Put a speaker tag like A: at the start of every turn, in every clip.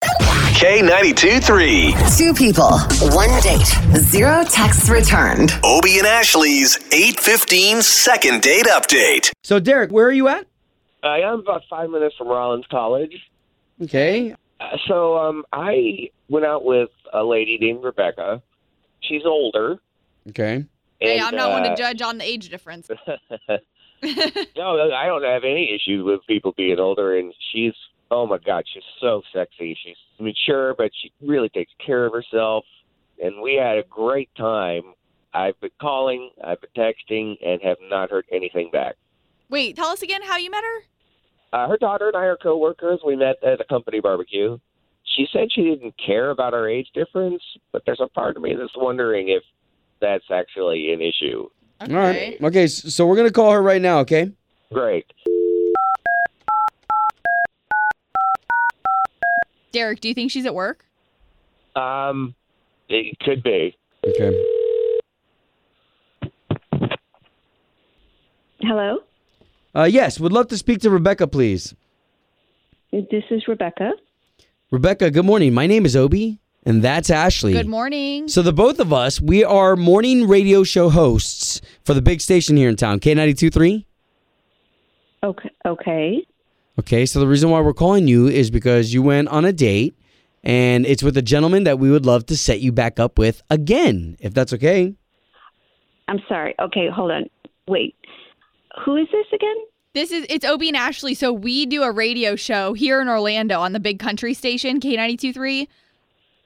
A: K92 3.
B: Two people, one date, zero texts returned.
A: Obie and Ashley's 815 second date update.
C: So, Derek, where are you at?
D: I am about five minutes from Rollins College.
C: Okay.
D: Uh, So um, I went out with a lady named Rebecca. She's older.
C: Okay.
E: Hey,
D: and,
E: I'm not one
D: uh,
E: to judge on the age difference.
D: No, I don't have any issues with people being older. And she's, oh my God, she's so sexy. She's mature, but she really takes care of herself. And we had a great time. I've been calling, I've been texting, and have not heard anything back.
E: Wait, tell us again how you met her?
D: Uh, her daughter and I are coworkers. We met at a company barbecue. She said she didn't care about our age difference, but there's a part of me that's wondering if that's actually an issue.
C: All right. Okay. s- So we're gonna call her right now. Okay.
D: Great.
E: Derek, do you think she's at work?
D: Um, it could be.
C: Okay.
F: Hello,
C: Uh, yes. Would love to speak to Rebecca, please.
F: this is Rebecca.
C: Rebecca, good morning. My name is Obi, and that's Ashley.
E: Good morning.
C: So the both of us, we are morning radio show hosts for the big station here in town, K92.3.
F: Okay, okay.
C: Okay, so the reason why we're calling you is because you went on a date, and it's with a gentleman that we would love to set you back up with again, if that's okay.
F: I'm sorry. Okay, hold on. Wait, who is this again?
E: This is it's Obie and Ashley. So we do a radio show here in Orlando on the big country station, K923.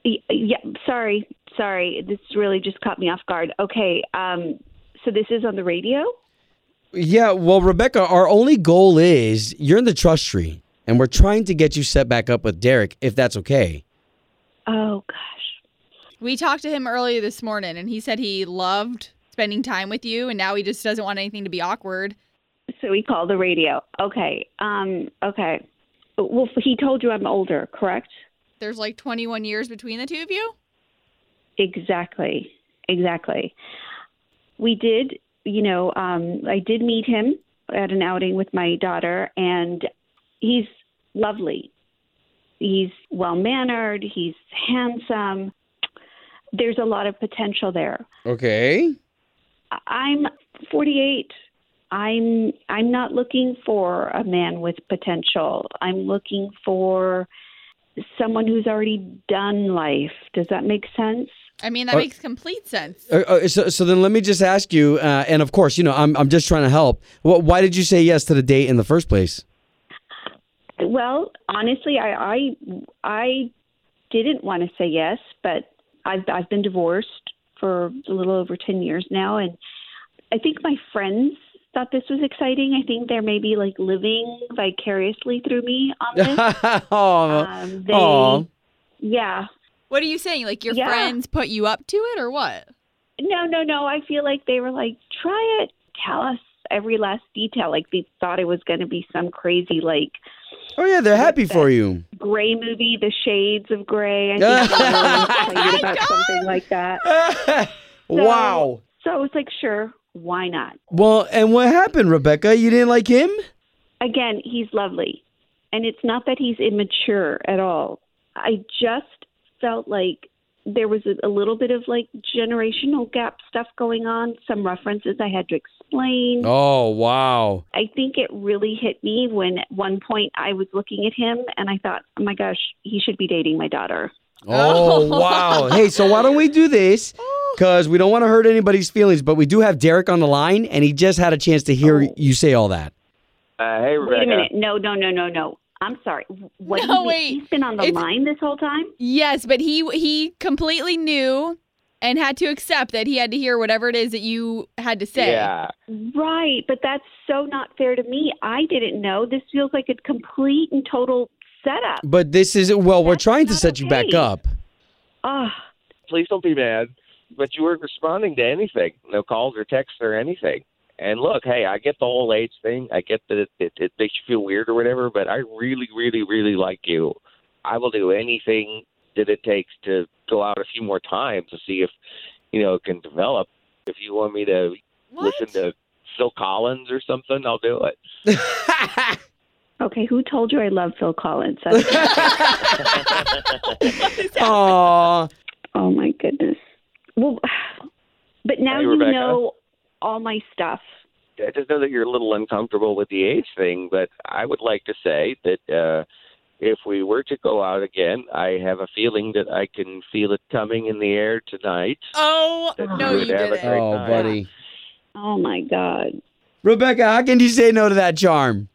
F: Y- Yeah, sorry, sorry. This really just caught me off guard. Okay, um, so this is on the radio.
C: Yeah, well, Rebecca, our only goal is you're in the trust tree, and we're trying to get you set back up with Derek, if that's okay.
F: Oh gosh.
E: We talked to him earlier this morning and he said he loved spending time with you and now he just doesn't want anything to be awkward.
F: So we call the radio. Okay, um, okay. Well, he told you I'm older, correct?
E: There's like 21 years between the two of you?
F: Exactly, exactly. We did, you know, um, I did meet him at an outing with my daughter, and he's lovely. He's well mannered, he's handsome. There's a lot of potential there.
C: Okay.
F: I- I'm 48. I'm I'm not looking for a man with potential. I'm looking for someone who's already done life. Does that make sense?
E: I mean, that
C: Uh,
E: makes complete sense.
C: Uh, uh, so, so then let me just ask you, uh, and of course, you know, I'm, I'm just trying to help. Wh- why did you say yes to the date in the first place?
F: Well, honestly, I I, I didn't want to say yes, but I've I've been divorced for a little over ten years now, and I think my friends thought this was exciting. I think they're maybe like living vicariously through me on this.
C: oh,
F: um, they,
C: aw.
F: yeah.
E: What are you saying? Like your
F: Yeah.
E: friends put you up to it or what?
F: No, no, no. I feel like they were like, try it. Tell us every last detail. Like they thought it was going to be some crazy like
C: oh yeah, they're happy for you.
F: Gray movie, The Shades of Gray. I think they were really excited about something like that.
C: wow.
F: So I was like, sure, why not?
C: Well, and what happened, Rebecca? You didn't like him?
F: Again, he's lovely. And it's not that he's immature at all. I just felt like there was a, a little bit of like generational gap stuff going on, some references I had to explain.
C: Oh, wow.
F: I think it really hit me when at one point I was looking at him and I thought, oh my gosh, he should be dating my daughter.
C: Oh, wow. Hey, so why don't we do this? Because we don't want to hurt anybody's feelings, but we do have Derek on the line, and he just had a chance to hear you say all that.
D: Uh, hey, Rebecca.
F: Wait a minute. No, no, no, no, no. I'm sorry. What
E: No,
F: he,
E: wait.
F: He's been on the
E: It's-
F: line this whole time?
E: Yes, but he he completely knew and had to accept that he had to hear whatever it is that you had to say.
D: Yeah.
F: Right, but that's so not fair to me. I didn't know. This feels like a complete and total setup.
C: But this is well, we're
F: That's
C: trying to
F: not
C: set you back
F: okay.
C: up.
F: Oh,
D: Please don't be mad, but you weren't responding to anything. No calls or texts or anything. And look, hey, I get the whole age thing. I get that it, it, it makes you feel weird or whatever, but I really, really, really like you. I will do anything that it takes to go out a few more times to see if, you know, it can develop. If you want me to
E: What?
D: listen to Phil Collins or something, I'll do it.
F: okay. Who told you I love Phil Collins? That's,
C: Aw.
F: oh my goodness. Well, but now
D: Hey,
F: you
D: Rebecca.
F: know all my stuff.
D: I just know that you're a little uncomfortable with the age thing, but I would like to say that uh, if we were to go out again, I have a feeling that I can feel it coming in the air tonight.
E: Oh,
D: That you
E: no, you
D: would have a
E: didn't.
D: great
C: Oh,
D: night.
C: buddy.
F: Oh my God.
C: Rebecca, how can you say no to that charm?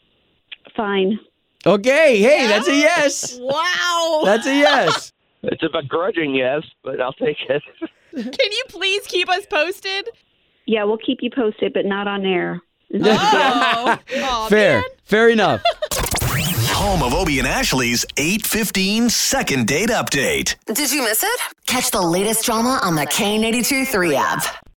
F: Fine.
C: Okay, hey, that's a yes.
E: Wow.
C: That's a yes.
D: It's a begrudging yes, but I'll take it.
E: Can you please keep us posted?
F: Yeah, we'll keep you posted, but not on air.
E: Oh, Aw,
C: Fair.
E: man.
C: Fair enough.
A: Home of Obie and Ashley's 815 second date update.
B: Did you miss it? Catch the latest drama on the K82 3 app.